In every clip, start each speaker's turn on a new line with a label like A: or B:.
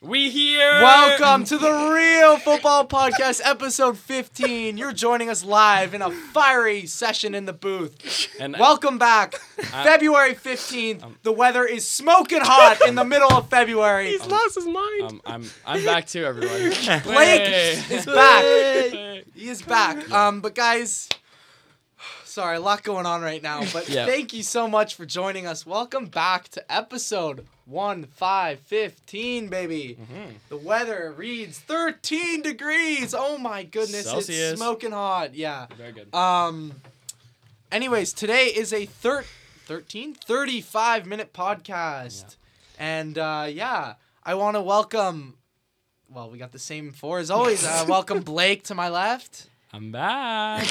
A: We here.
B: Welcome to the Real Football Podcast, episode 15. You're joining us live in a fiery session in the booth.
A: And
B: Welcome back. February 15th. the weather is smoking hot in the middle of February.
C: He's lost his mind.
A: um, I'm I'm back too, everyone.
B: Blake
A: Hey.
B: is back.
A: Hey.
B: He is back. Um, but guys, sorry, a lot going on right now. But
A: Yeah.
B: thank you so much for joining us. Welcome back to episode one five fifteen, baby.
A: Mm-hmm.
B: The weather reads thirteen degrees. Oh my goodness,
A: Celsius.
B: it's smoking hot. Yeah.
A: Very good.
B: Um. Anyways, today is a thir- 13, 35 minute podcast, and uh, yeah, I want to welcome. Well, we got the same four as always. Uh, welcome Blake to my left.
A: I'm back.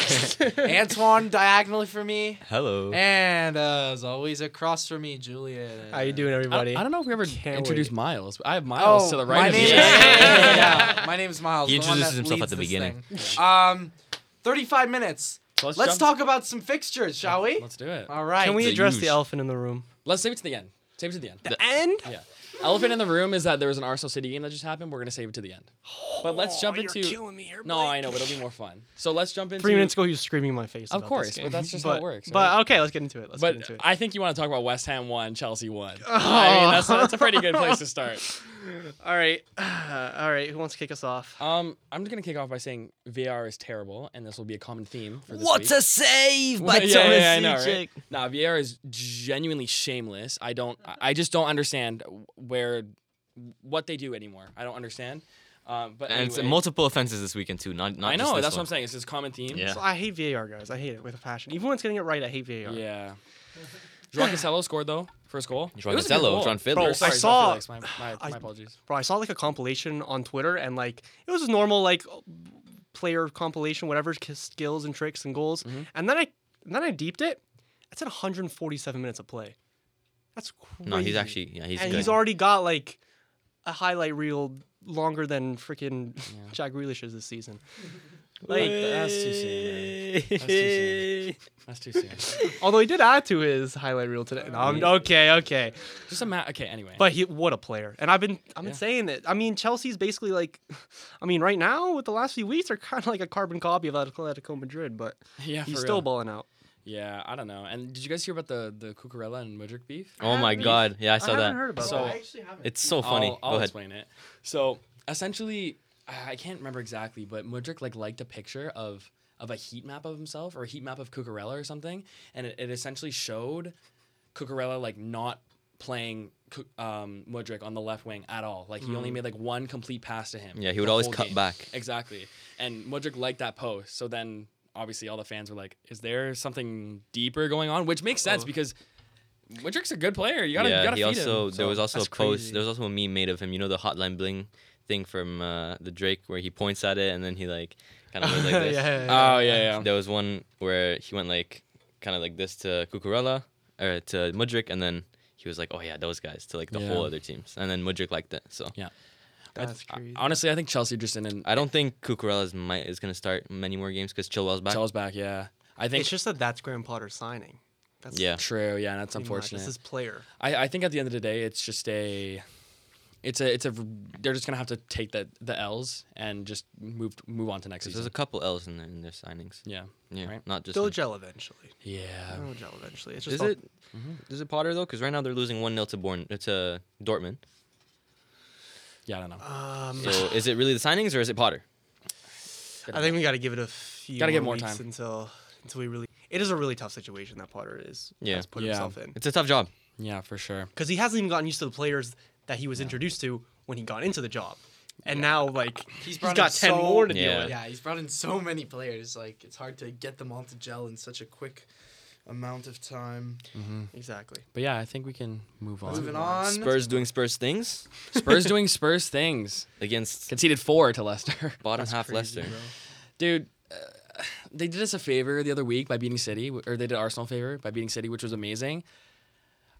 B: Antoine diagonally for me.
D: Hello.
B: And uh, as always, across for me, Julian.
C: How you doing,
A: I,
C: everybody?
A: I don't know if we ever
C: Can't
A: introduced
C: wait.
A: Miles. I have Miles
B: Oh,
A: to the right
B: my
A: of
B: name
A: me.
B: is,
C: Yeah.
B: yeah, my name is Miles.
D: He
B: the one that
D: introduces himself at the
B: leads
D: beginning.
B: this thing. Um, 35 minutes.
A: So
B: Let's,
A: jump-
B: talk about some fixtures, shall we?
A: Let's do it.
B: All right.
C: Can we
D: The
C: address the
D: huge-
C: elephant in the room?
A: Let's save it to the end. Save it to the end.
C: The end?
A: Yeah. Elephant in the room is that there was an Arsenal City game that just happened. We're gonna save it to the end. But let's
B: Oh,
A: jump into. no, I know, but it'll be more fun. So let's jump into.
C: Three minutes ago, he was screaming in my face.
A: Of
C: about this
A: course, but
C: game.
A: that's just how it
C: But-
A: works,
C: But
A: right?
C: okay, let's get into it. Let's
A: But
C: get into it. Oh.
A: I think you want to talk about West Ham one, Chelsea one. I mean, that's, that's a pretty good place to start.
C: all right, all right. Who wants to kick us off?
A: Um, I'm just gonna kick off by saying VAR is terrible, and this will be a common theme for this
D: What
A: week.
D: a save by Thomas
A: yeah, yeah, I know,
D: Suchek.
A: right? Nah, VAR is genuinely shameless. I don't, I- I just don't understand where, what they do anymore. I don't understand. Um, but
D: And it's
A: anyway,
D: multiple offenses this weekend too. Not not.
A: I
D: just
A: know
D: this
A: that's what
D: one.
A: I'm saying. It's this common theme.
D: Yeah.
C: So I hate VAR, guys. I hate it with a passion. Even when it's getting it right, I hate VAR.
A: Yeah. Joao Cancelo scored though. First goal.
D: Joao
A: It was a good
D: Cancelo,
A: goal.
D: John Fiddler.
A: Or
D: Bro, I
A: sorry, John
C: saw-
A: Felix. My, my,
C: I-
A: my apologies.
C: Bro, I saw like a compilation on Twitter, and like it was a normal like player compilation, whatever k- skills and tricks and goals.
A: Mm-hmm.
C: And then I and then I deeped it. That's at 147 minutes of play. That's crazy.
D: No, he's actually yeah he's
C: and
D: good.
C: he's already got like a highlight reel longer than freaking Jack Grealish's this season. Like,
A: that's too soon. That's too soon.
C: although he did add to his highlight reel today. No, I'm- okay, okay,
A: just a ma- Okay. Anyway.
C: but he what a player. And I've been I've been
A: Yeah.
C: saying that. I mean, Chelsea's basically like, I mean, right now with the last few weeks, they're kind of like a carbon copy of Atletico Madrid, but
A: yeah,
C: he's
A: for
C: still
A: real.
C: balling out.
A: Yeah, I don't know. And did you guys hear about the the Cucurella and Mudrick beef?
D: oh my god. Yeah, I saw that.
C: haven't heard about
A: So-
C: that.
B: actually haven't.
D: It's so funny.
A: I'll, I'll
D: Go ahead.
A: explain it. So essentially, I I can't remember exactly, but Mudrick like liked a picture of of a heat map of himself or a heat map of Cucurella or something, and it, it essentially showed Cucurella like not playing Cu- um, Mudrick on the left wing at all. Like he only made like one complete pass to him.
D: Mm. Yeah, he would
A: the
D: always
A: whole
D: cut
A: game.
D: back.
A: Exactly, and Mudrick liked that post. So then. Obviously, all the fans were like, "Is there something deeper going on?" Which makes sense because Mudrick's a good player. You gotta,
D: Oh. yeah,
A: you gotta
D: he
A: feed
D: also
A: him.
D: there was
A: so-
D: also a
C: that's
D: post.
C: crazy.
D: There was also a meme made of him. You know the hotline bling thing from uh, the Drake where he points at it and then he like kind of goes like this. uh,
C: yeah, yeah,
A: Oh yeah, yeah.
D: There was one where he went like kind of like this to Cucurella or to Mudrick and then he was like, oh yeah, those guys to like the
A: Yeah.
D: whole other teams. And then Mudrick liked it. So
C: that's
D: uh,
A: I-
C: crazy.
A: Honestly, I think Chelsea just in and
D: I don't think Cucurella's might is gonna start many more games because Chilwell's back.
A: Chelsea's back. Yeah, I think
C: It's just that that's Graham Potter signing. That's
D: yeah,
A: true. Yeah, and that's
C: pretty much-
A: unfortunate.
C: This is player.
A: I, I think at the end of the day, it's just a, it's a, it's a. They're just gonna have to take the the L's and just move move on to next
D: 'Cause there's
A: season.
D: a couple L's in, there, in their signings.
A: yeah,
D: Yeah,
A: Right.
D: not just.
C: They'll
D: him.
C: gel eventually.
A: yeah.
C: They'll gel eventually. It's just
D: Is
C: all-
D: it?
A: Mm-hmm.
D: Is it Potter though? Because right now they're losing one 0 to Born uh, to Dortmund.
A: Yeah, I don't know.
C: Um,
D: So is it really the signings or is it Potter?
C: I think we got to give it a few.
A: Gotta get more
C: more weeks
A: time.
C: until until we really. It is a really tough situation that Potter is
D: Yeah.
C: has put
A: Yeah.
C: himself in
D: It's a tough job.
A: yeah, for sure.
C: because he hasn't even gotten used to the players that he was introduced to when he got into the job, and now like he's
B: brought
C: got
B: in
C: ten
B: so-
C: more to deal
D: Yeah.
C: with.
B: Yeah, he's brought in so many players. Like it's hard to get them all to gel in such a quick amount of time.
C: Exactly.
A: But yeah, I think we can move on.
B: Moving on.
D: Spurs doing Spurs things
A: Spurs doing Spurs things.
D: against
A: Conceded four to Leicester.
D: bottom half Leicester.
A: dude. Uh, they did us a favor the other week by beating City, w- or they did Arsenal a favor by beating City, which was amazing.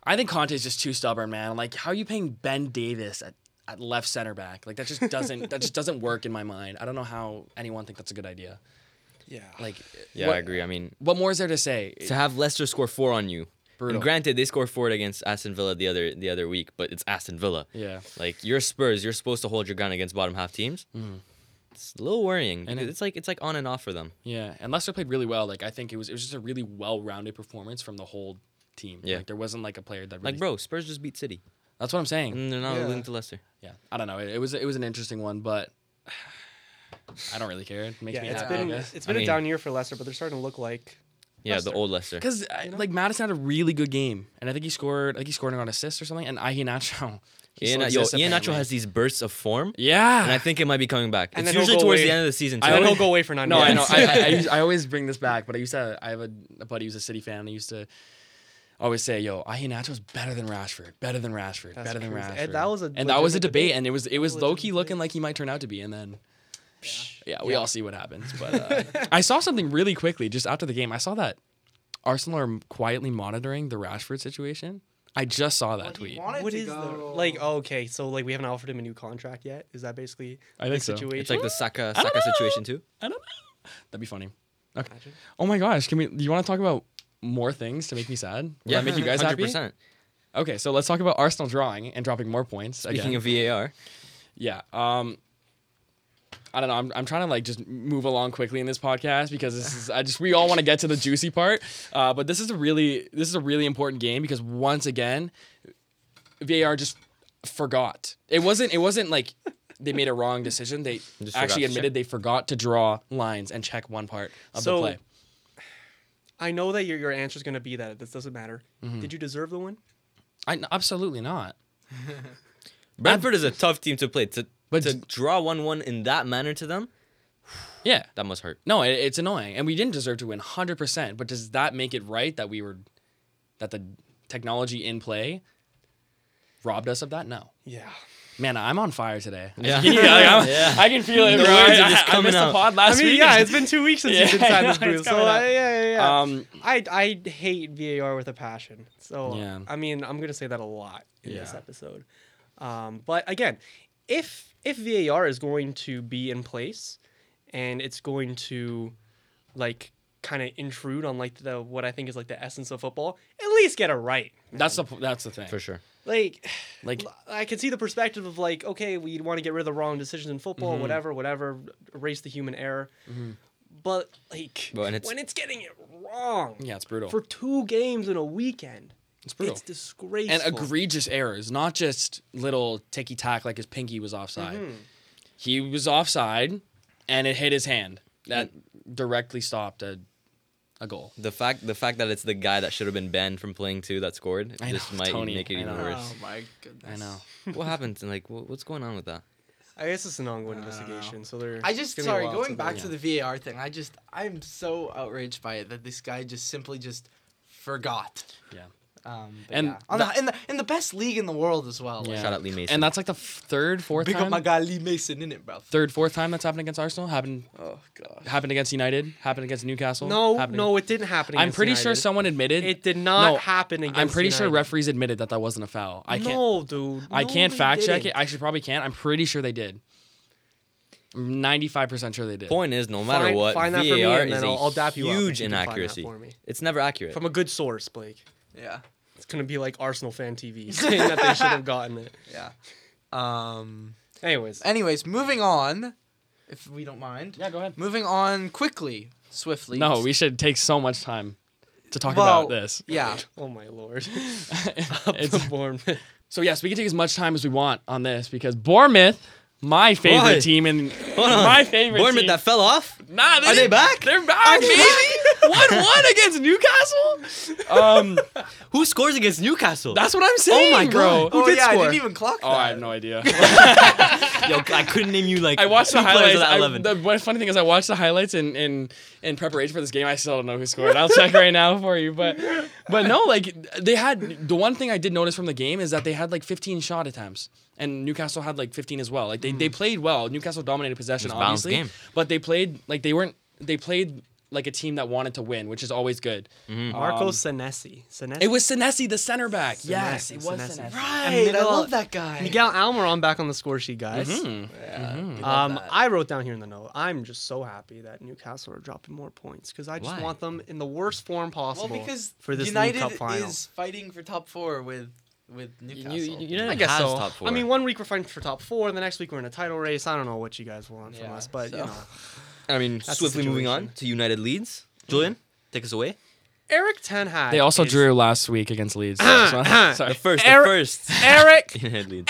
A: I think Conte's just too stubborn, man. Like, how are you paying Ben Davis at, at left center back? Like, that just doesn't that just doesn't work in my mind. I don't know how anyone think that's a good idea.
C: Yeah.
A: Like,
D: Yeah,
A: what,
D: I agree. I mean,
A: What more is there to say?
D: to have Leicester score four on you
A: Brutal.
D: And granted, they scored four against Aston Villa the other the other week, but it's Aston Villa.
A: yeah.
D: Like your Spurs, you're supposed to hold your ground against bottom half teams.
A: Mhm.
D: It's a little worrying.
A: And
D: because
A: it-
D: it's like it's like on and off for them.
A: Yeah, and Leicester played really well. Like I think it was it was just a really well-rounded performance from the whole team.
D: Yeah.
A: Like there wasn't like a player that really
D: Like bro, Spurs just beat City,
A: That's what I'm saying.
D: and they're not
B: Yeah.
D: losing to Leicester.
A: Yeah. I don't know. It, it was it was an interesting one, but I don't really care. It makes
C: Yeah,
A: me
C: it's
A: happy.
C: been
A: I guess.
C: it's been
D: I
C: a
D: mean-
C: down year for Leicester, but they're starting to look like
D: Yeah,
C: Leicester.
D: the old Leicester.
A: Because like Madison had a really good game, and I think he scored. I think he scored an assist or something. And Iheanacho, he
D: Ian,
A: still
D: yo,
A: exists
D: Ian Nacho
A: apparently.
D: has these bursts of form,
A: Yeah,
D: and I think it might be coming back.
C: And
D: it's
C: then he'll
D: usually
C: go
D: towards
C: away.
D: the end of the season. Too.
C: I
A: always-
C: don't go away for nine.
A: No, I know.
C: minutes.
A: I, I, I, used, I always bring this back, but I used to. I have a, a buddy who's a City fan. and I used to always say, "Yo, Iheanacho's better than Rashford. Better than Rashford.
C: That's
A: better than
C: true.
A: Rashford."
C: And that was a
A: and that was a
C: legitimate
A: debate,
C: debate.
A: and it was it was
C: Legitimate
A: low key looking
C: debate.
A: like he might turn out to be, and then. Yeah, we
C: Yeah.
A: all see what happens. But uh, I saw something really quickly just after the game. I saw that Arsenal are quietly monitoring the Rashford situation. I just saw that
B: Well, he
A: tweet.
B: wanted
C: what
B: to
C: is the
B: go-
C: like? oh, okay, so like we haven't offered him a new contract yet. Is that basically
A: I
C: the
A: think so. It's
C: situation?
D: It's like the Saka
A: I don't
D: Saka
A: know.
D: situation too.
A: I don't know. That'd be funny. Okay.
C: Imagine.
A: Oh my gosh, can we? Do you want to talk about more things to make me sad? Will that make you guys happy?
D: 100%.
A: Okay, so let's talk about Arsenal drawing and dropping more points.
D: Speaking
A: again.
D: of VAR,
A: yeah, um, I don't know. I'm, I'm trying to like just move along quickly in this podcast because this is I just we all want to get to the juicy part. Uh, but this is a really this is a really important game because once again, VAR just forgot. It wasn't it wasn't like they made a wrong decision. They
D: Just forgot
A: actually
D: to check.
A: admitted they forgot to draw lines and check one part of the
C: So-
A: play.
C: I know that your your answer is going to be that this doesn't matter.
A: Mm-hmm.
C: Did you deserve the win?
A: I, absolutely not.
D: Brentford is a tough team to play. To
A: But-
D: to draw one one in that manner to them,
A: Yeah.
D: that must hurt.
A: No, it, it's annoying, and we didn't deserve to win, hundred percent. But does that make it right that we were, that the technology in play robbed us of that? No,
C: Yeah.
A: man, I'm on fire today. I,
D: Yeah.
A: I'm-
D: Yeah.
A: I can feel it.
D: The
A: bro.
D: words are
A: I-
D: just
A: I, I
D: coming
A: missed the
D: out.
A: pod
C: I
A: last
C: mean,
A: week.
C: yeah, it's been two weeks since
A: Yeah,
C: you've been
A: I
C: inside this
A: know, it's
C: booth, so
A: coming up.
C: I, yeah, yeah, yeah.
A: Um,
C: I I hate VAR with a passion. So
A: Yeah.
C: I mean, I'm gonna say that a lot in this
A: Yeah.
C: episode. Um, but again, if if VAR is going to be in place and it's going to like kind of intrude on like the what I think is like the essence of football, at least get it right.
A: that's the that's the thing.
D: For sure.
C: Like
A: Like
C: I can see the perspective of like, okay, we want to get rid of the wrong decisions in football,
A: Mm-hmm.
C: whatever, whatever, erase the human error. But like
D: Well, and it's-
C: when it's getting it wrong
A: yeah, it's brutal.
C: for two games in a weekend,
A: it's brutal.
C: it's disgraceful.
A: and egregious errors, not just little ticky tack like his pinky was offside.
D: Mm-hmm.
A: He was offside, and it hit his hand. That directly stopped a, a goal.
D: The fact the fact that it's the guy that should have been banned from playing too that scored
A: I
D: just
A: know,
D: might
A: Tony,
D: make it
A: I
D: even
A: know.
D: worse.
B: Oh my goodness.
A: I know.
D: what happened? And, Like wh- what's going on with that?
C: I guess it's an ongoing
B: I don't
C: investigation, so they're.
B: I
C: it's
B: just
C: gonna be a
B: sorry
C: while
B: going
C: till
B: back
C: they-
B: to the VAR thing. I just I'm so outraged by it that this guy just simply just forgot.
A: Yeah.
B: Um,
A: And
B: and On the, in the in the best league in the world as well.
A: Yeah.
D: Shout out Lee Mason.
A: And that's like the f- third, fourth
B: Big up
A: time.
B: my guy Lee Mason in it, bro.
A: third, fourth time that's happened against Arsenal. Happened
B: Oh gosh.
A: happened against United. Happened against Newcastle.
C: No,
A: happened
C: no, it didn't happen.
A: I'm
C: against
A: pretty sure
C: United.
A: someone admitted.
C: It did not
A: No,
C: happen against.
A: I'm pretty sure
C: United.
A: referees admitted that that wasn't a foul. I can't.
C: No, dude.
A: I
C: no,
A: can't
C: they
A: fact check it.
C: didn't.
A: I should probably can't. I'm pretty sure they did. I'm 95% sure they did.
D: Point is, no matter
C: Find-
D: what,
C: find
D: VAR
C: that for me and
D: is
C: then
D: a
C: I'll- I'll dap you up if
D: huge
C: you can find that
D: inaccuracy.
C: for me.
D: It's never accurate.
C: From a good source, Blake.
B: Yeah.
C: It's gonna be like Arsenal fan TV saying that they should have gotten it.
B: Yeah. Um.
C: Anyways,
B: Anyways, moving on, if we don't mind.
A: Yeah, go ahead.
B: Moving on quickly, swiftly.
A: No, we should take so much time to talk about this.
B: Yeah.
C: oh my lord,
A: It's-
C: Bournemouth.
A: so yes, we can take as much time as we want on this because Bournemouth, my favorite
D: Why?
A: team, and my favorite
D: Bournemouth
A: team.
D: that fell off.
A: Nah,
D: Are they
A: didn't-
D: back?
A: They're back, baby. One one against Newcastle. Um,
D: Who scores against Newcastle?
A: that's what I'm saying.
D: Oh my
A: bro.
D: God. Who
B: oh
D: did
B: yeah, I
D: score?
B: didn't even clock that.
A: Oh, I have no idea.
D: Yo, I couldn't name you like.
A: I watched the
D: two players
A: highlights.
D: of that
A: I,
D: 11.
A: the one funny thing is, I watched the highlights in, in in preparation for this game. I still don't know who scored. I'll check right now for you. But but no, like they had the one thing I did notice from the game is that they had like 15 shot attempts, and Newcastle had like 15 as well. Like they, they played well. Newcastle dominated possession,
D: It was a Hmm. balanced
A: obviously,
D: game.
A: but they played like they weren't. They played like a team that wanted to win, which is always good.
D: Mm-hmm.
C: Marco
A: Um,
C: Senesi. Senesi.
A: It was Senesi, the center back. yes,
C: Senesi,
A: it was
C: Senesi.
A: Senesi.
B: Right, I
C: Miguel-
B: love that guy.
C: Miguel Almiron back on the score sheet, guys.
B: Mm-hmm.
A: Mhm.
B: Love
C: Um,
B: that.
C: I wrote down here in the note. I'm just so happy that Newcastle are dropping more points because I just
A: Why?
C: want them in the worst form
B: well,
C: possible.
B: because
C: for this League
B: United
C: Cup final.
B: is fighting for top four with with Newcastle.
D: United
C: I guess
D: has
C: so.
D: top four.
C: I mean, one week we're fighting for top four, the next week we're in a title race. I don't know what you guys want from
B: Yeah,
C: us, but
B: so-
C: you know,
D: I mean,
C: That's the
D: swiftly moving on
C: situation.
D: to United Leeds. Julian, take us away.
C: Eric Ten Hag.
A: They also
C: is-
A: drew last week against Leeds.
D: The
A: Sorry.
D: first,
C: Eric-
D: the first.
C: Eric
D: United Leeds.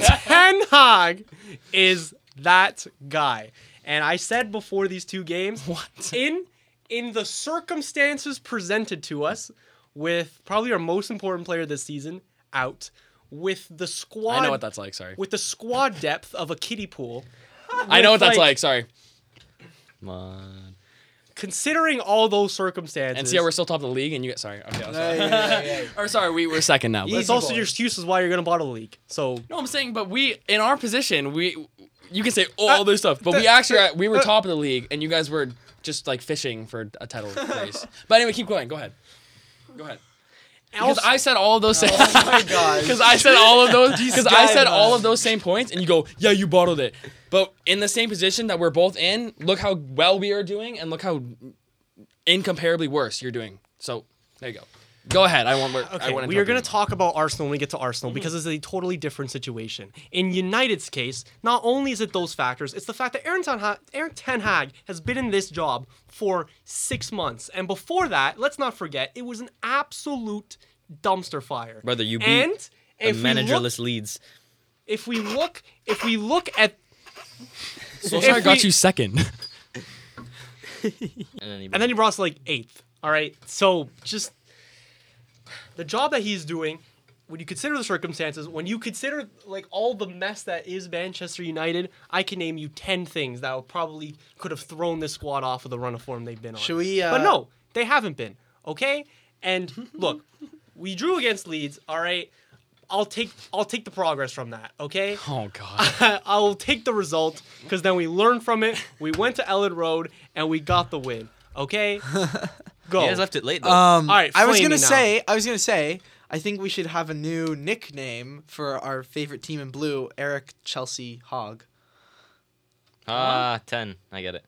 C: Ten Hag is that guy. And I said before these two games,
A: What?
C: in in the circumstances presented to us, with probably our most important player this season out, with the squad,
A: I know what that's like. Sorry.
C: with the squad depth of a kiddie pool,
A: I know what
C: with,
A: that's
C: like-
A: like. Sorry.
D: Come on.
C: considering all those circumstances,
A: And see how we're still top of the league, and you get sorry. Okay, I'm
B: Yeah,
A: sorry.
B: yeah, yeah, yeah, yeah.
A: Uh, or sorry, we were second now. but-
C: that's also your excuses why you're gonna bottle the league. So
A: No, I'm saying, but we in our position, we you can say all this stuff, but we
C: uh,
A: actually
C: uh,
A: we were
C: uh.
A: top of the league, and you guys were just like fishing for a title race. But anyway, keep going. Go ahead. Go ahead. Because
C: also-
A: I said all of those same.
B: Oh my gosh.
A: Because I said all of those. Because I
B: guy,
A: said all
B: man.
A: of those same points, and you go, yeah, you bottled it. But in the same position that we're both in, look how well we are doing, and look how incomparably worse you're doing. So there you go. Go ahead. I want. I
C: Okay,
A: want
C: we are going to talk about Arsenal when we get to Arsenal because it's a totally different situation. In United's case, not only is it those factors, it's the fact that Aaron Ten Hag, Aaron Ten Hag has been in this job for six months, and before that, let's not forget, it was an absolute dumpster fire.
D: Brother, you beat
C: and
D: The
C: if we look-
D: managerless Leeds.
C: if we look, if we look at,
A: So
C: if
A: got
C: we-
A: you second.
D: And then, he
C: and then he brought us to, like eighth. All right, so just the job that he's doing when you consider the circumstances when you consider like all the mess that is manchester united i can name you 10 things that would probably could have thrown this squad off of the run of form they've been on
B: Should we, uh,
C: but no they haven't been okay and look we drew against leeds all right i'll take i'll take the progress from that okay
A: Oh God.
C: I'll take the result because then we learned from it. We went to Ellen Road and we got the win. Okay, go.
D: You guys left it late though.
B: Um,
C: All right,
B: I was
C: flame
B: gonna
C: me now.
B: say, I was gonna say, I think we should have a new nickname for our favorite team in blue, Eric Chelsea Hog.
D: ah, ten. I get it.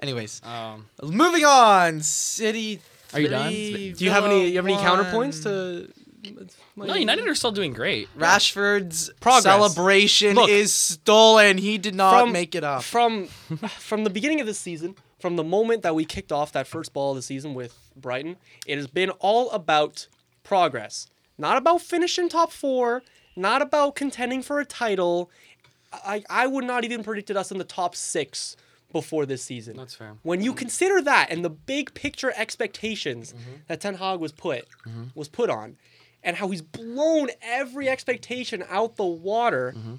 B: Anyways,
A: Um,
B: moving on. City.
A: Are you done?
B: three,
C: Do you have any? You have any
B: Villa
C: counterpoints
B: one.
C: to?
A: no, United are still doing great.
B: Rashford's
C: Progress.
B: celebration
C: Look.
B: is stolen. He did not
C: From-
B: make it up.
C: from from the beginning of the season, from the moment that we kicked off that first ball of the season with Brighton, it has been all about progress, not about finishing top four, not about contending for a title. I I would not even predicted us in the top six before this season.
A: That's fair. Mm-hmm.
C: When you consider that and the big picture expectations that Ten Hag was put
A: Mm-hmm.
C: was put on, and how he's blown every expectation out the water,
A: Mm-hmm.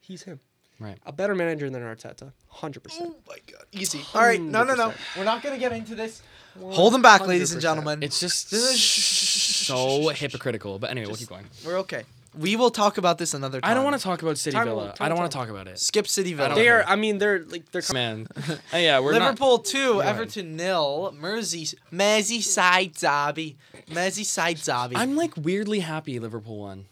C: he's him
A: Right.
C: a better manager than Arteta, hundred percent.
B: Oh my god. Easy. All right. No, no, no.
C: 100%.
B: We're not gonna get into this. Hold them back, ladies and
C: 100%.
B: gentlemen.
A: It's just
B: This is-
A: so hypocritical. But anyway, we'll keep going.
B: We're okay. We will talk about this another time.
A: I don't want to talk about City
C: Time-
A: Villa.
C: time-
A: I don't want to
C: time.
A: talk about it.
B: skip City Villa.
C: They are. I mean, they're like they're. Com-
A: Man, Uh, yeah, we're not.
B: Liverpool two,
A: ahead.
B: Everton nil. Mersey Merseyside derby. Merseyside derby.
A: I'm like weirdly happy Liverpool won.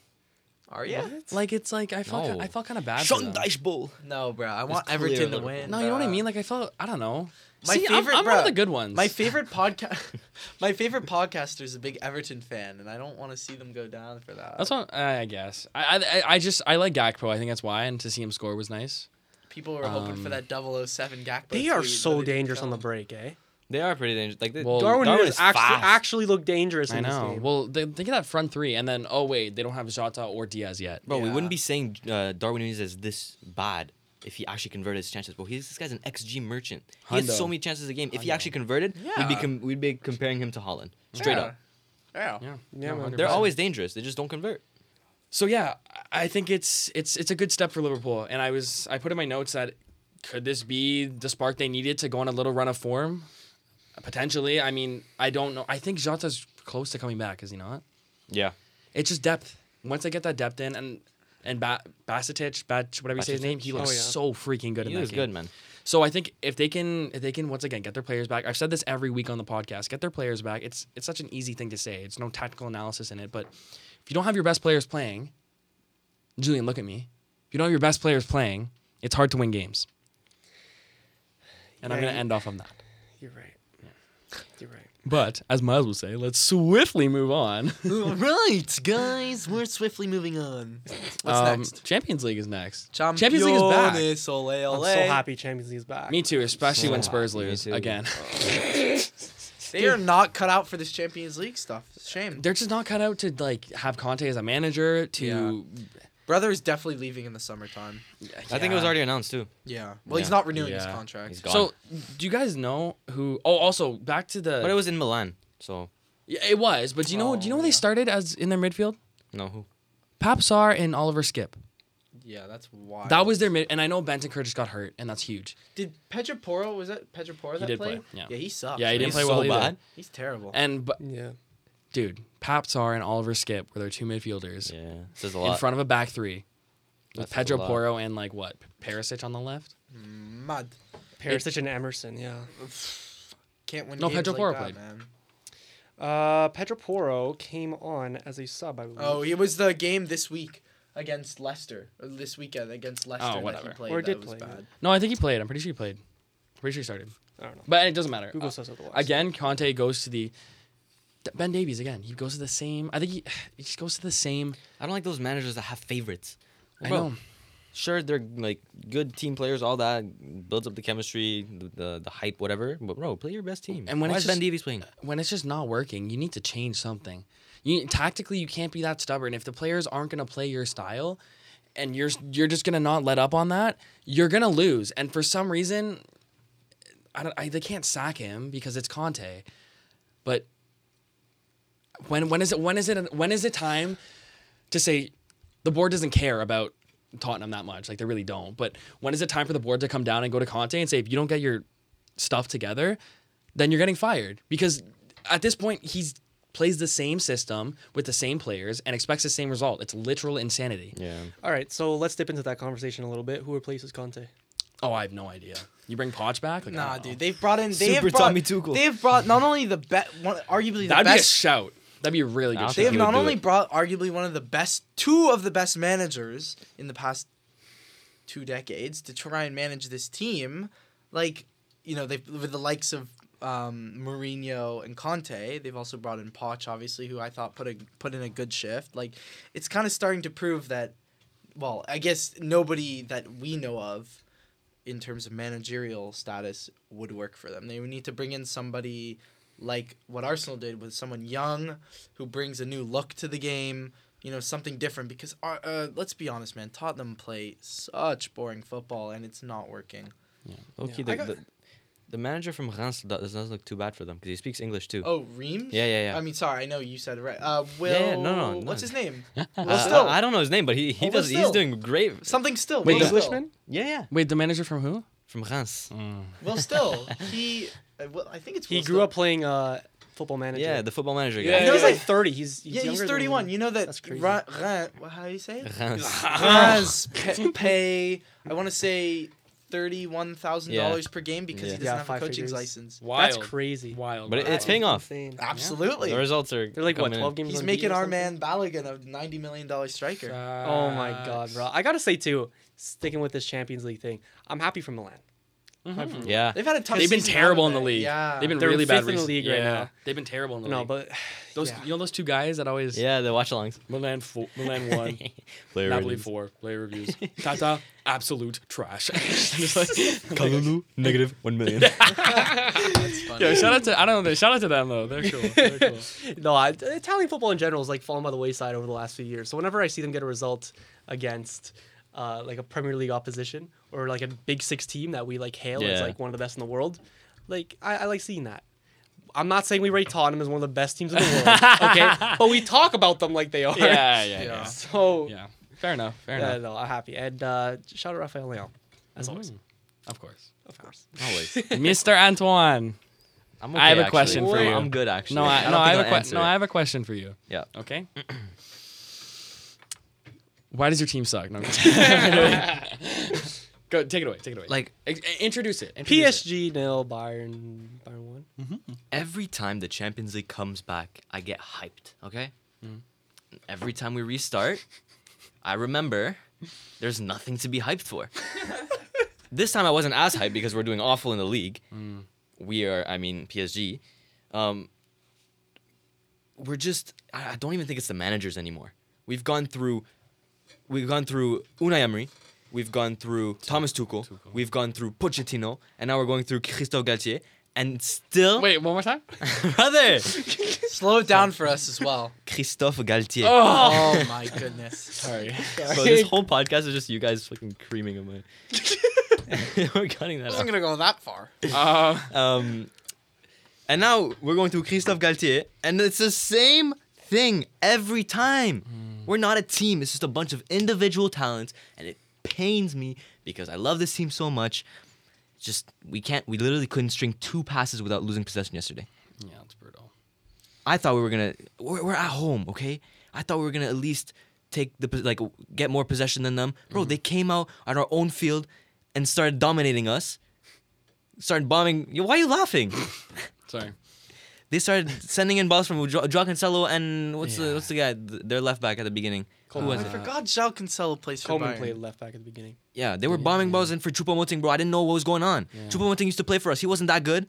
B: are you?
A: Like it's like I felt
D: No.
A: I felt kind of bad. For them.
D: Schondeishbull.
B: No, bro. I want
D: clear
B: Everton to
D: Liverpool.
B: win.
A: No, you know what I
B: bruh.
A: mean. Like I felt I don't know.
B: My
A: See, I'm-
B: favorite-
A: I'm, one
B: bruh,
A: of the good ones.
B: my favorite podcast. my favorite podcaster is a big Everton fan, and I don't want to see them go down for that.
A: that's what uh, I I guess. I, I I just I like Gakpo. I think that's why, and to see him score was nice.
B: people were hoping for
A: Um,
B: that 007 Gakpo.
C: they are so dangerous on the break, eh?
D: They are pretty dangerous. Like they,
A: Well,
C: Darwin,
D: Darwin
C: is
D: is
C: actually
D: fast.
C: actually look dangerous
A: I
C: in this
A: know.
C: game.
A: Well, they, think of that front three, and then oh wait, they don't have Jota or Diaz yet.
D: Bro, we
B: Yeah.
D: wouldn't be saying uh, Darwin Nunes is this bad if he actually converted his chances. Bro, he's this guy's an XG merchant. He had
A: Hundo.
D: so many chances a game. If he actually converted, we'd be
B: Yeah.
D: com- we'd be comparing him to Holland straight up.
B: Yeah.
A: Yeah,
C: Yeah,
A: no,
C: man.
A: 100%.
D: They're always dangerous. They just don't convert.
A: So yeah, I I think it's it's it's a good step for Liverpool, and I was I put in my notes that could this be the spark they needed to go on a little run of form? Potentially, I mean, I don't know. I think Jota's close to coming back, is he not?
D: Yeah.
A: It's just depth. Once they get that depth in, and and ba- Bassetich, Bach, whatever you say his name, he looks
C: Oh, yeah.
A: so freaking good
D: He
A: in that
D: was
A: game.
D: good, man.
A: So I think if they can, if they can once again get their players back, I've said this every week on the podcast. Get their players back. It's it's such an easy thing to say. It's no tactical analysis in it. But if you don't have your best players playing, Julian, look at me. If you don't have your best players playing, it's hard to win games. And I'm
C: Yeah,
A: going to
C: you-
A: end off on that.
C: You're right. You're right.
A: But as Miles would say, let's swiftly move on.
B: right, guys, we're swiftly moving on. What's
A: Um,
B: next?
A: Champions League is next. Champions League is back.
B: Campeones, ole,
C: I'm
B: ole.
C: so happy Champions League's back.
A: Me too, especially when
D: So
A: Spurs
D: happy, me
A: lose
D: too.
A: again.
B: They are not cut out for this Champions League stuff. It's a shame.
A: They're just not cut out to like have Conte as a manager. To
B: Brother is definitely leaving in the summertime.
D: I think it was already announced too.
B: Yeah. Well, he's
D: Yeah.
B: not renewing his
A: Yeah.
B: contract.
D: He's gone.
A: So, do you guys know who? Oh, also back to the.
D: but it was in Milan, so
A: Yeah, it was. But do you know? do you know
B: Oh,
A: when they
B: yeah.
A: started as in their midfield?
D: no who.
A: Papsar and Oliver Skip.
B: Yeah, that's wild.
A: That was their mid, and I know Benton Kerr just got hurt, and that's huge.
B: Did Pedro Poro was that Pedro Poro that
A: did
B: played?
A: play, yeah.
B: he sucks.
A: Yeah, he
B: man.
A: didn't
D: He's
A: play
D: so
A: well either.
D: bad.
B: He's terrible.
A: And but,
C: Yeah.
A: dude, Papsar and Oliver Skip were their two midfielders
D: Yeah, says a
A: in
D: lot.
A: front of a back three, with
D: That's a
A: Pedro
D: lot.
A: Porro and like what Perisic on the left.
B: Mad.
C: Perisic and Emerson, yeah.
B: Can't win.
A: No,
B: games
A: Pedro
B: like
A: Porro
B: that,
A: played.
B: Man.
C: Uh, Pedro Porro came on as a sub, I believe.
B: Oh, it was the game this week against Leicester. Or this weekend against Leicester. That
A: Oh, whatever.
B: he played.
C: Or
B: that
C: did
B: was
C: play,
B: bad.
A: No, I think he played. I'm pretty sure he played. Pretty sure he started.
C: I don't know.
A: But it doesn't matter.
C: Google
A: Uh,
C: says otherwise.
A: again, Conte goes to the Ben Davies again. He goes to the same. I think he, he just goes to the same.
D: I don't like those managers that have favorites.
A: I
D: Bro,
A: know.
D: Sure, they're like good team players, all that builds up the chemistry, the the, the hype, whatever. But bro, play your best team.
A: And when
D: Why
A: it's
D: is Ben
A: just-
D: Davies playing?
A: When it's just not working, you need to change something. You tactically, you can't be that stubborn. If the players aren't gonna play your style, and you're you're just gonna not let up on that, you're gonna lose. And for some reason, I don't. I, they can't sack him because it's Conte. But when when is it when is it when is it time to say the board doesn't care about Tottenham that much? Like they really don't. But when is it time for the board to come down and go to Conte and say if you don't get your stuff together, then you're getting fired because at this point he's plays the same system with the same players and expects the same result. It's literal insanity.
D: Yeah,
C: All right, so let's dip into that conversation a little bit. Who replaces Conte?
A: Oh, I have no idea. You bring Poch back? Like, I
B: Nah,
A: don't know.
B: dude, they've brought in. They have
D: Super
B: brought,
D: Tommy Tuchel.
B: They've brought not only the best, one arguably the
A: That'd be a
B: best.
A: shout. That'd be a really good
D: Nah,
A: shout.
B: they have
D: He would
B: not
D: do
B: only
D: it.
B: brought arguably one of the best, two of the best managers in the past two decades to try and manage this team. Like, you know, they've with the likes of um, Mourinho and Conte. They've also brought in Poch, obviously, who I thought put a put in a good shift. Like, it's kind of starting to prove that. Well, I guess nobody that we know of, in terms of managerial status, would work for them. They would need to bring in somebody like what Arsenal did with someone young who brings a new look to the game. You know, something different because uh, uh, let's be honest, man. Tottenham play such boring football, and it's not working.
D: okay.
B: I
D: The,
B: got-
D: the, the manager from Reims do- doesn't look too bad for them because he speaks English too.
B: Oh, Reams.
D: Yeah, yeah, yeah.
B: I mean, sorry, I know you said it right. Uh, Will.
D: Yeah, yeah, no, no, no.
B: What's his name?
D: Uh,
B: Will Still.
D: I, I don't know his name, but he, he
B: Oh,
D: does.
B: Will Still.
D: He's doing great.
B: Something still.
A: Wait,
B: Will
A: the-
B: Still.
C: Englishman?
D: Yeah, yeah.
A: Wait, the manager from who?
D: From Reims.
A: Mm.
B: Will Still. He. Uh, well, I think it's.
C: He
B: Will
C: grew
B: Still.
C: up playing uh, football manager.
D: Yeah, the football manager guy.
C: yeah,
B: He
C: he
B: knows,
C: was
B: yeah.
C: like 30. He's, he's
B: Yeah, he's
C: younger than-
B: 31. You know that.
C: That's crazy.
B: Ra- Ra- wha- how do you say? it?
D: Reims.
B: Raz pe- pay. I want to say thirty-one thousand dollars per game because
D: Yeah.
B: he doesn't
C: Yeah,
B: have a
C: five
B: coaching
C: figures.
B: license.
C: That's crazy.
A: Wild.
D: But it-
A: wild.
D: it's paying off.
C: Insane.
B: Absolutely.
D: The results are.
C: They're like, what,
D: coming in.
C: 12 games
B: Ah, He's
C: on
B: making
C: beat or
B: our
C: something?
B: man Balogun a ninety million dollar striker.
C: Oh my god, bro. I gotta say too, sticking with this Champions League thing, I'm happy for Milan.
B: Mm-hmm.
C: I'm happy for Milan.
D: Yeah.
B: They've had a tough.
A: They've been
B: season,
A: terrible in
B: haven't
A: the
B: they?
A: league.
B: Yeah.
A: They've been
C: They're
A: really bad
C: fifth in the
A: recent-
C: league right
A: yeah.
C: now.
A: They've been terrible in the
C: No,
A: league.
C: but
A: those
C: yeah.
A: you know those two guys that always
D: Yeah, the watch alongs.
A: Milan four, Milan one,
D: Player
A: Napoli
D: ratings.
A: four, player reviews. Tata absolute trash. Just like-
D: Kalulu, negative one million.
A: Yo, shout out to I don't know. Shout out to them though. They're cool. They're cool.
C: no, I, Italian football in general is like fallen by the wayside over the last few years. So whenever I see them get a result against uh, like a Premier League opposition or like a Big Six team that we like hail as
D: Yeah.
C: like one of the best in the world, like I, I like seeing that. I'm not saying we rate Tottenham as one of the best teams in the world, okay? But we talk about them like they are.
A: Yeah, yeah,
B: Yeah.
A: yeah.
C: So
A: Yeah. Fair enough. Fair
C: yeah,
A: enough.
C: no, I'm happy. And uh, shout out Rafael Leon, as always,
D: Mm.
A: Mhm. Of course.
C: of course.
D: Always.
A: Mr. Antoine.
D: I'm
A: I have a
D: actually.
A: question for
D: I'm
A: you.
D: I'm good actually.
A: No, I,
D: don't
A: no, I
D: think
A: have a
D: I'll
A: que-
D: answer
A: no,
D: it.
A: I have a question for you.
D: Yeah.
A: Okay. Why does your team suck? No, I'm kidding. Go take it away. Take it away.
D: Like
A: I- I- eh, introduce it. introduce it.
C: PSG nil, Bayern Bayern one.
D: every time the Champions League comes back, I get hyped. Okay. Every time we restart, I remember there's nothing to be hyped for. this time I wasn't as hyped because we're doing awful in the league. We are. I mean PSG. Um, we're just. I, I don't even think it's the managers anymore. We've gone through. We've gone through Unai Emery. We've gone through Thomas Tuchel, We've gone through Pochettino, and now we're going through Christophe Galtier. And still,
A: Wait, one more time.
D: brother,
B: Slow it down for us as well.
D: Christophe Galtier.
A: Oh,
B: Oh my goodness.
A: sorry.
D: Bro, this whole podcast is just you guys fucking creaming him. we're cutting that out.
B: gonna go that far.
A: Uh,
D: Um, and now we're going through Christophe Galtier, and it's the same thing every time. We're not a team; it's just a bunch of individual talents, and it pains me because I love this team so much. Just we can't. We literally couldn't string two passes without losing possession yesterday.
A: yeah, it's brutal.
D: I thought we were gonna. We're, we're at home, okay. I thought we were gonna at least take the pos- like get more possession than them, bro. They came out on our own field and started dominating us. Started bombing. Yo, Why are you laughing?
A: Sorry.
D: they started sending in balls from jo- Joao Cancelo and what's
A: Yeah.
D: the what's the guy? th- Their left back at the beginning.
A: Coleman.
D: Who was
B: I
A: Uh,
D: it?
B: forgot Jao Cancelo plays for
C: Coleman
B: Bayern.
C: played left back at the beginning.
D: Yeah, they were bombing balls in for Choupo-Moting, bro. I didn't know what was going on.
A: Yeah.
D: Choupo-Moting used to play for us. He wasn't that good.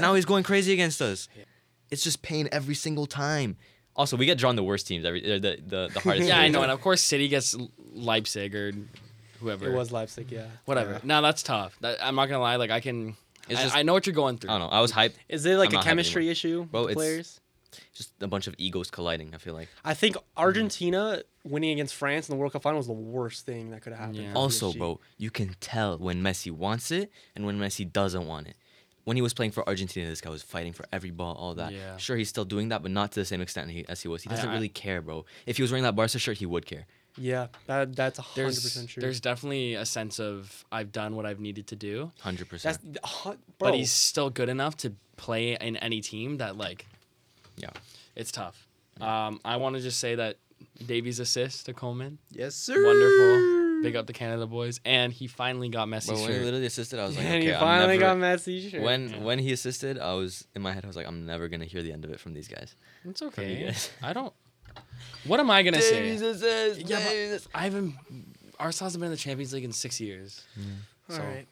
D: now he's going crazy against us. It's just pain every single time. Also, we get drawn the worst teams every uh, the, the the hardest.
A: Yeah, I
D: teams.
A: know. And of course, City gets L- Leipzig or whoever.
C: It was Leipzig, yeah.
D: Mm.
A: Whatever. No, that's tough. That, I'm not gonna lie. Like I can.
D: It's
A: I,
D: just-
A: I know what you're going through.
D: I don't know. I was hyped.
C: Is it like
D: I'm
C: a
D: not happy
C: chemistry issue
D: Bro,
C: with
D: it's-
C: players?
D: Just a bunch of egos colliding. I feel like.
C: I think
D: Mm-hmm.
C: Argentina winning against France in the World Cup final was the worst thing that could have happened.
A: Yeah.
C: for
D: Also,
C: PSG.
D: bro, you can tell when Messi wants it and when Messi doesn't want it. When he was playing for Argentina, this guy was fighting for every ball, all that.
A: Yeah.
D: Sure, he's still doing that, but not to the same extent he, as he was. He
A: I-
D: doesn't
A: I-
D: really care, bro. If he was wearing that Barca shirt, he would care.
C: Yeah, that, that's hundred
A: There's
C: percent true.
A: there's definitely a sense of I've done what I've needed to do,
D: Hundred
C: that's
D: percent.
C: a hun- bro.
A: but he's still good enough to play in any team that like
D: Yeah.
A: it's tough. Um, I want to just say that Davies' assist to Coleman,
B: Yes, sir.
A: wonderful. Big up the Canada boys, and he finally got Messi's
D: Bro, when he
A: shirt.
D: literally assisted, I was like,
C: and
D: okay,
C: he finally
D: I'm
C: got
D: never.
C: Messi. Sure.
D: when when he assisted, I was in my head. I was like, I'm never gonna hear the end of it from these guys.
A: It's
D: you
A: okay.
D: guys.
A: I don't. What am I gonna say?
D: assist.
A: Yeah, but I haven't. Arsenal hasn't been in the Champions League in six years.
B: All right.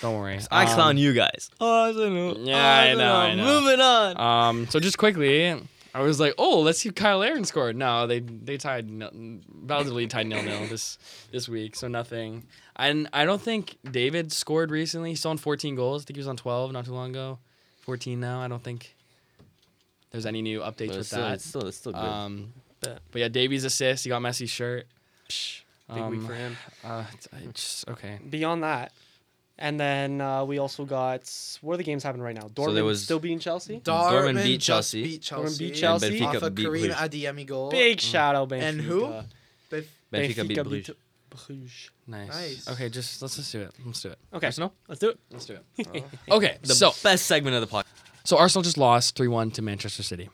A: Don't worry.
D: I
A: Um,
D: clown you guys. Oh, I don't know.
A: Yeah, I know, I know.
D: Moving on.
A: Um, so just quickly, I was like, oh, let's see if Kyle Aaron scored. No, they they tied nil- validly tied nil nil this this week, so nothing. And I don't think David scored recently. He's still on 14 goals. I think he was on 12 not too long ago. 14 now. I don't think there's any new updates
D: But
A: with
D: it's still,
A: that.
D: it's still, it's still good.
A: um,
C: Bet.
A: but yeah, Davies assist. He got Messi's shirt.
C: big week
A: Um,
C: for him.
A: Uh, it's- it's just- okay.
C: Beyond that, and then uh, we also got where are the games happening right now. Dortmund
D: So there was-
C: still beating Chelsea.
D: Dortmund
B: Dortmund
D: beat
B: just
D: Chelsea.
B: Beat
C: Dortmund
B: Chelsea.
C: beat Chelsea.
D: And
B: Off
D: Benfica
B: of
D: beat
B: Karim
D: Bruges.
B: Adeyemi goal.
C: Big shout out Benfica.
B: And who? Benf-
D: Benfica Mm. beat Bruges.
C: Bruges.
A: Nice.
B: Nice.
A: Okay, just let's just do it. Let's do it.
C: Okay, let's do it.
A: Let's do it. okay,
D: The
A: so
D: best segment of the podcast.
A: So Arsenal just lost 3-1 to Manchester City.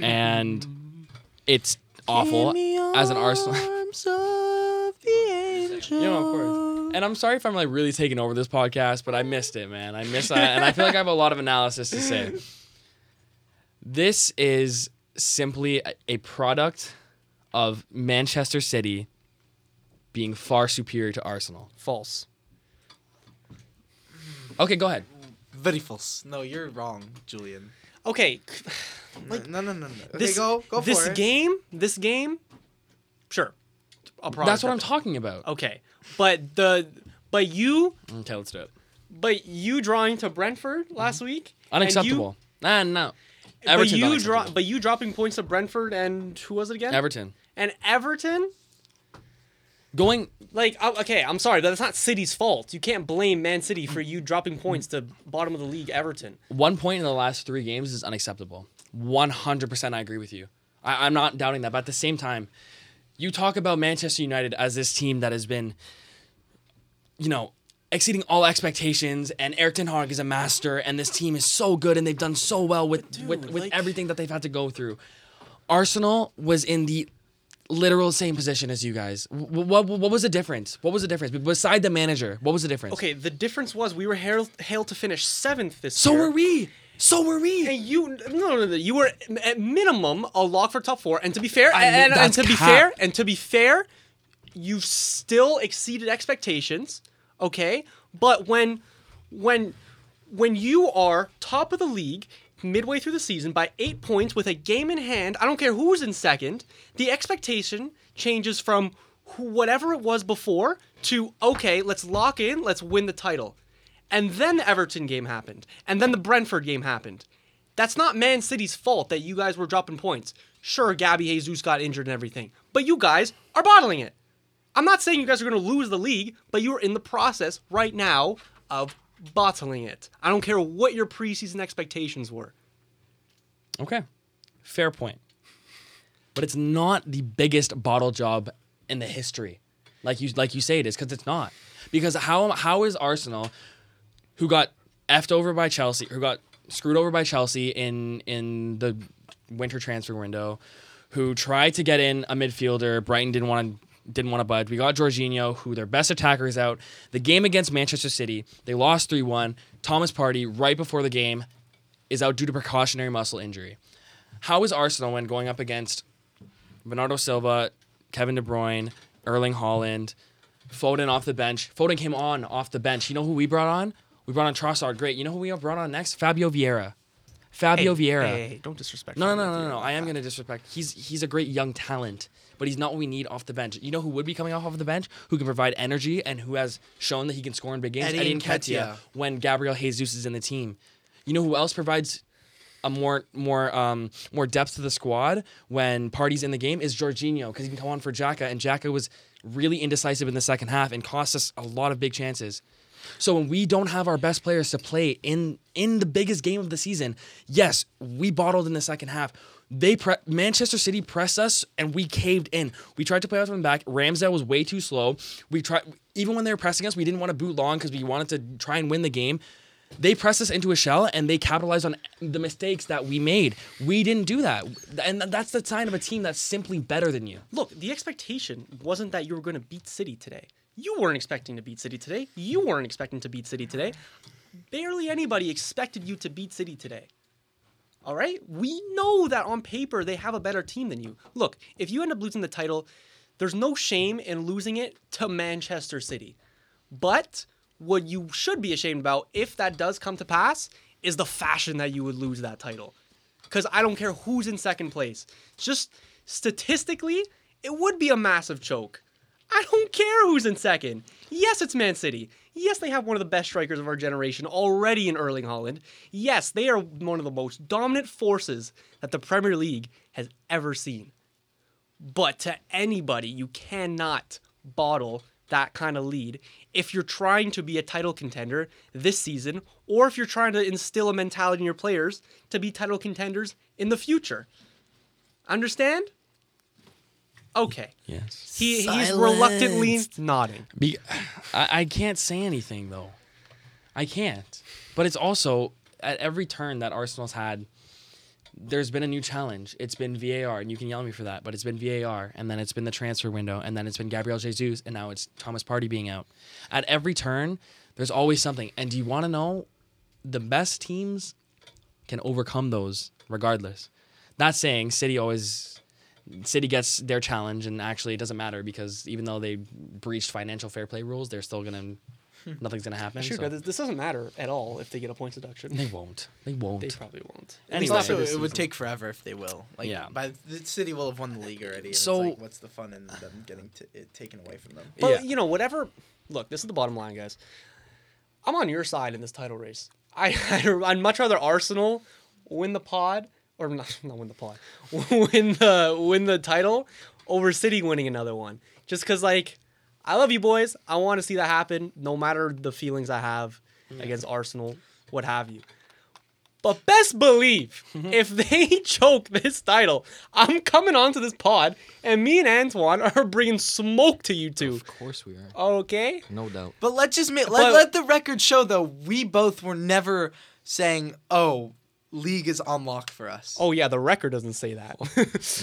A: And it's awful as an Arsenal. Yeah, of course. And I'm sorry if I'm like really taking over this podcast, but I missed it, man. I missed that. and I feel like I have a lot of analysis to say. This is simply a- a product of Manchester City being far superior to Arsenal.
C: False.
A: Okay, go ahead.
B: Very false. No, you're wrong, Julian.
C: Okay,
B: No, no, no, no. no. Okay,
C: this
B: go, go for
C: this
B: it.
C: game, this game, sure. A product
A: That's what
C: of
A: I'm
C: it.
A: talking about.
C: Okay, but the but you
A: Okay, let's do it.
C: but you drawing to Brentford last week and you-
A: Unacceptable. Ah, no.
C: but
A: Everton's
C: you
A: unacceptable.
C: dro- but you dropping points to Brentford and who was it again?
A: Everton.
C: and Everton.
A: Going
C: Like I- okay, I'm sorry, but that's not City's fault. You can't blame Man City for you
A: Mm-hmm.
C: dropping points to bottom of the league Everton.
A: one point in the last three games is unacceptable. 100% I agree with you. I, I'm not doubting that. But at the same time, you talk about Manchester United as this team that has been, you know, exceeding all expectations, and Eric Ten Hag is a master, and this team is so good, and they've done so well with, with, with
C: like-
A: everything that they've had to go through. Arsenal was in the literal same position as you guys. What, what, what was the difference? What was the difference? Beside the manager, what was the difference?
C: Okay, the difference was we were hail- hailed to finish seventh this
A: So
C: year.
A: were we. So were we.
C: And you no, no no you were at minimum a lock for top four. And to be fair,
A: I mean,
C: and, and
A: that's
C: to be
A: cap.
C: fair, and to be fair, you've still exceeded expectations. Okay, but when when when you are top of the league midway through the season by eight points with a game in hand, I don't care who's in second. The expectation changes from wh- whatever it was before to okay, let's lock in, let's win the title. And then the Everton game happened. And then the Brentford game happened. That's not Man City's fault that you guys were dropping points. Sure, Gabby Jesus got injured and everything, but you guys are bottling it. I'm not saying you guys are going to lose the league, but you are in the process right now of bottling it. I don't care what your preseason expectations were.
A: Okay. Fair point. But it's not the biggest bottle job in the history. Like you like you say it is cuz it's not. Because how how is Arsenal who got effed over by Chelsea, who got screwed over by Chelsea in in the winter transfer window, who tried to get in a midfielder, Brighton didn't want to didn't want to budge. We got Jorginho, who their best attacker is out. The game against Manchester City, they lost 3-1. Thomas Party right before the game is out due to precautionary muscle injury. How is Arsenal when going up against Bernardo Silva, Kevin De Bruyne, Erling Holland, Foden off the bench? Foden came on off the bench. You know who we brought on? We brought on Trossard. Great. You know who we brought on next? Fabio Vieira. Fabio Vieira.
C: Hey, hey, don't disrespect.
A: No,
C: Fabio
A: no, no, no,
C: Vieira.
A: no. I am gonna disrespect. He's he's a great young talent, but he's not what we need off the bench. You know who would be coming off of the bench, who can provide energy and who has shown that he can score in big games.
B: Eddie Nketiah.
A: when Gabriel Jesus is in the team. You know who else provides a more more um more depth to the squad when parties in the game is Jorginho because he can come on for Jaka and Jaka was really indecisive in the second half and cost us a lot of big chances. So when we don't have our best players to play in in the biggest game of the season, yes, we bottled in the second half. They pre- Manchester City pressed us and we caved in. We tried to play out from the back. Ramsdale was way too slow. We tried even when they were pressing us, we didn't want to boot long because we wanted to try and win the game. They pressed us into a shell and they capitalized on the mistakes that we made. We didn't do that, and that's the sign of a team that's simply better than you.
C: Look, the expectation wasn't that you were going to beat City today. You weren't expecting to beat City today. You weren't expecting to beat City today. Barely anybody expected you to beat City today. All right? We know that on paper they have a better team than you. Look, if you end up losing the title, there's no shame in losing it to Manchester City. But what you should be ashamed about, if that does come to pass, is the fashion that you would lose that title. Because I don't care who's in second place. Just statistically, it would be a massive choke. I don't care who's in second. Yes, it's Man City. Yes, they have one of the best strikers of our generation already in Erling Holland. Yes, they are one of the most dominant forces that the Premier League has ever seen. But to anybody, you cannot bottle that kind of lead if you're trying to be a title contender this season or if you're trying to instill a mentality in your players to be title contenders in the future. Understand? Okay.
A: Yes,
C: He, he's reluctantly
D: Silenced.
C: nodding.
A: Be- I, I can't say anything though. I can't. But it's also at every turn that Arsenal's had, there's been a new challenge. It's been VAR, and you can yell at me for that, but it's been VAR, and then it's been the transfer window, and then it's been Gabriel Jesus, and now it's Thomas Party being out. At every turn, there's always something. And do you want to know? The best teams can overcome those regardless. Not saying City always City gets their challenge, and actually, it doesn't matter because even though they breached financial fair play rules, they're still gonna nothing's gonna happen. so-
C: Sure, this, this doesn't matter at all if they get a points deduction.
A: They won't. They won't.
C: They probably won't.
B: And
A: Anyway,
B: also,
A: this
B: it would
A: is-
B: take forever if they will. Like,
A: Yeah.
B: by the city will have won the league already. and
A: So-
B: it's like, what's the fun in them getting t- it taken away from them?
C: But
A: Yeah.
C: you know, whatever. Look, this is the bottom line, guys. I'm on your side in this title race. I, I would much rather Arsenal win the pod or not, not win the pod, win the win the title over City winning another one. Just because, like, I love you boys. I want to see that happen, no matter the feelings I have against Arsenal, what have you. But best believe, if they choke this title, I'm coming onto this pod, and me and Antoine are bringing smoke to you two.
D: Of course we are.
C: Okay.
D: No doubt.
B: But let's just make,
C: But-
B: let, let the record show though we both were never saying, "Oh, league is on lock for us.
C: Oh yeah, the record doesn't say that.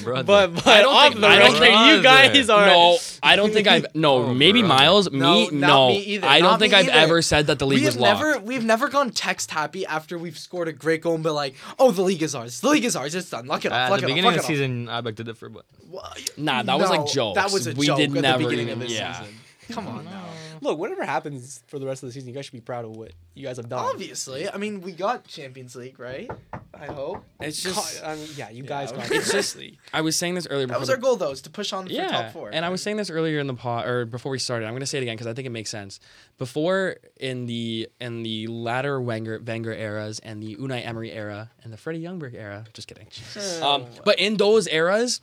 D: Brother.
C: but but
A: I don't
C: off
A: think-
C: the
A: I don't
C: record,
A: think-
C: you guys are.
A: No, I don't think I've no.
D: Oh,
A: maybe
D: bro.
A: Miles.
B: No,
A: Me,
B: not
A: no.
B: me either.
A: I don't
B: Not me
A: think I've
B: either.
A: ever said that the league
B: we
A: was
B: have
A: locked.
B: never we've never gone text happy after we've scored a great goal and been like, oh, the league is ours. The league is ours. It's done. Lock it
D: at
B: up. Lock
D: the
B: it
D: beginning
B: up.
D: of
B: Lock
D: the
B: it up.
D: season, I beg to differ, but
B: Wha-
A: Nah, that was like
B: No,
A: jokes.
B: That was a
A: we
B: joke
A: did
B: at
A: never
B: the beginning
A: even-
B: of this
A: yeah.
B: season. Come on now.
C: Look, whatever happens for the rest of the season, you guys should be proud of what you guys have done.
B: Obviously, I mean, we got Champions League, right? I hope.
A: It's
C: Co-
A: just.
C: I mean, yeah, you guys. got
A: It's just. I was saying this earlier.
B: That
A: before
B: was
A: the-
B: our goal, though, is to push on for
A: Yeah,
B: top four.
A: and I was saying this earlier in the pod or before we started. I'm going to say it again because I think it makes sense. Before in the in the latter Wenger Wenger eras and the Unai Emery era and the Freddie Youngberg era. Just kidding. Um, but in those eras,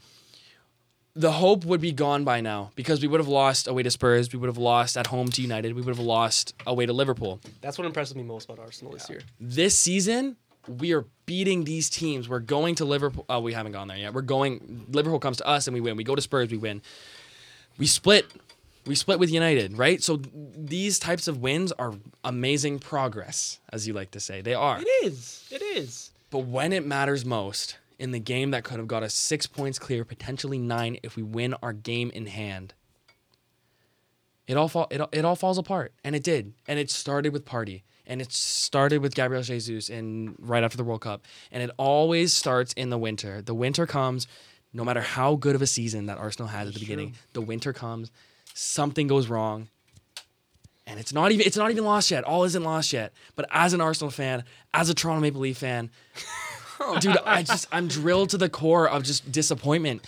A: the hope would be gone by now because we would have lost away to Spurs, we would have lost at home to United, we would have lost away to Liverpool.
C: That's what impresses me most about Arsenal this year.
A: This season, we are beating these teams. We're going to Liverpool. Oh, we haven't gone there yet. We're going. Liverpool comes to us and we win. We go to Spurs, we win. We split. We split with United, right? So th- these types of wins are amazing progress, as you like to say. They are.
C: It is. It is.
A: But when it matters most, in the game that could have got us six points clear, potentially nine, if we win our game in hand, it all fall it all, it all falls apart, and it did, and it started with party, and it started with Gabriel Jesus, and right after the World Cup, and it always starts in the winter. The winter comes, no matter how good of a season that Arsenal has at the beginning, the winter comes, something goes wrong, and it's not even it's not even lost yet. All isn't lost yet. But as an Arsenal fan, as a Toronto Maple Leaf fan, dude, I just I'm drilled to the core of just disappointment.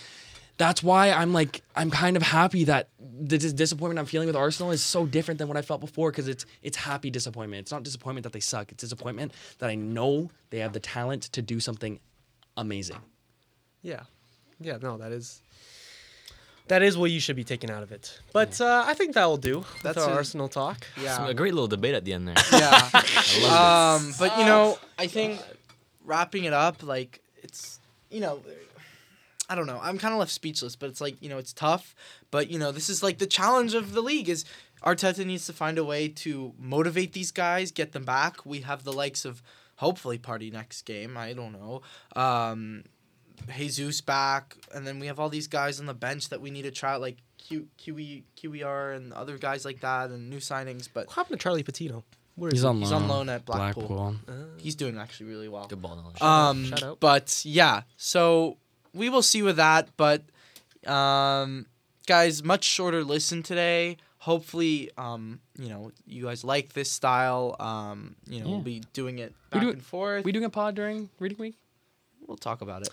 A: That's why I'm like I'm kind of happy that the dis- disappointment I'm feeling with Arsenal is so different than what I felt before because it's it's happy disappointment. It's not disappointment that they suck. It's disappointment that I know they have the talent to do something amazing.
C: Yeah. Yeah. No, that is. That is what you should be taking out of it. But uh, I think that will do. That's
B: That's
C: our
B: it.
C: Arsenal talk.
D: Some-
B: yeah,
D: a great little debate at the end there.
B: yeah.
D: I love
B: um, but
C: Uh,
B: you know, I think wrapping it up, like it's, you know, I don't know. I'm kind of left speechless, but it's like you know, it's tough. But you know, this is like the challenge of the league is Arteta needs to find a way to motivate these guys, get them back. We have the likes of hopefully Party next game. I don't know. Um, Jesus back, and then we have all these guys on the bench that we need to try out, like Q, QE, QER and other guys like that, and new signings. But
C: What happened to Charlie Patino? Where
A: He's
C: is he?
A: on loan.
B: he's on loan at Blackpool. he's doing actually really well.
D: this. Good ball knowledge.
B: Um,
C: Shout out.
B: but yeah, so we will see with that. But um, guys, much shorter listen today. Hopefully, um, you know, you guys like this style. Um, you know, we'll
A: Yeah.
B: be doing it
A: We
B: back
A: do-
B: and forth.
A: We doing a pod during reading week?
B: we'll talk about it.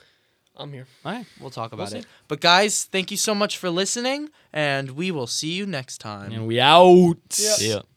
C: I'm here.
A: All right.
B: We'll talk about
A: see.
B: it. But guys, thank you so much for listening, and we will see you next time.
A: And we out.
D: Yeah.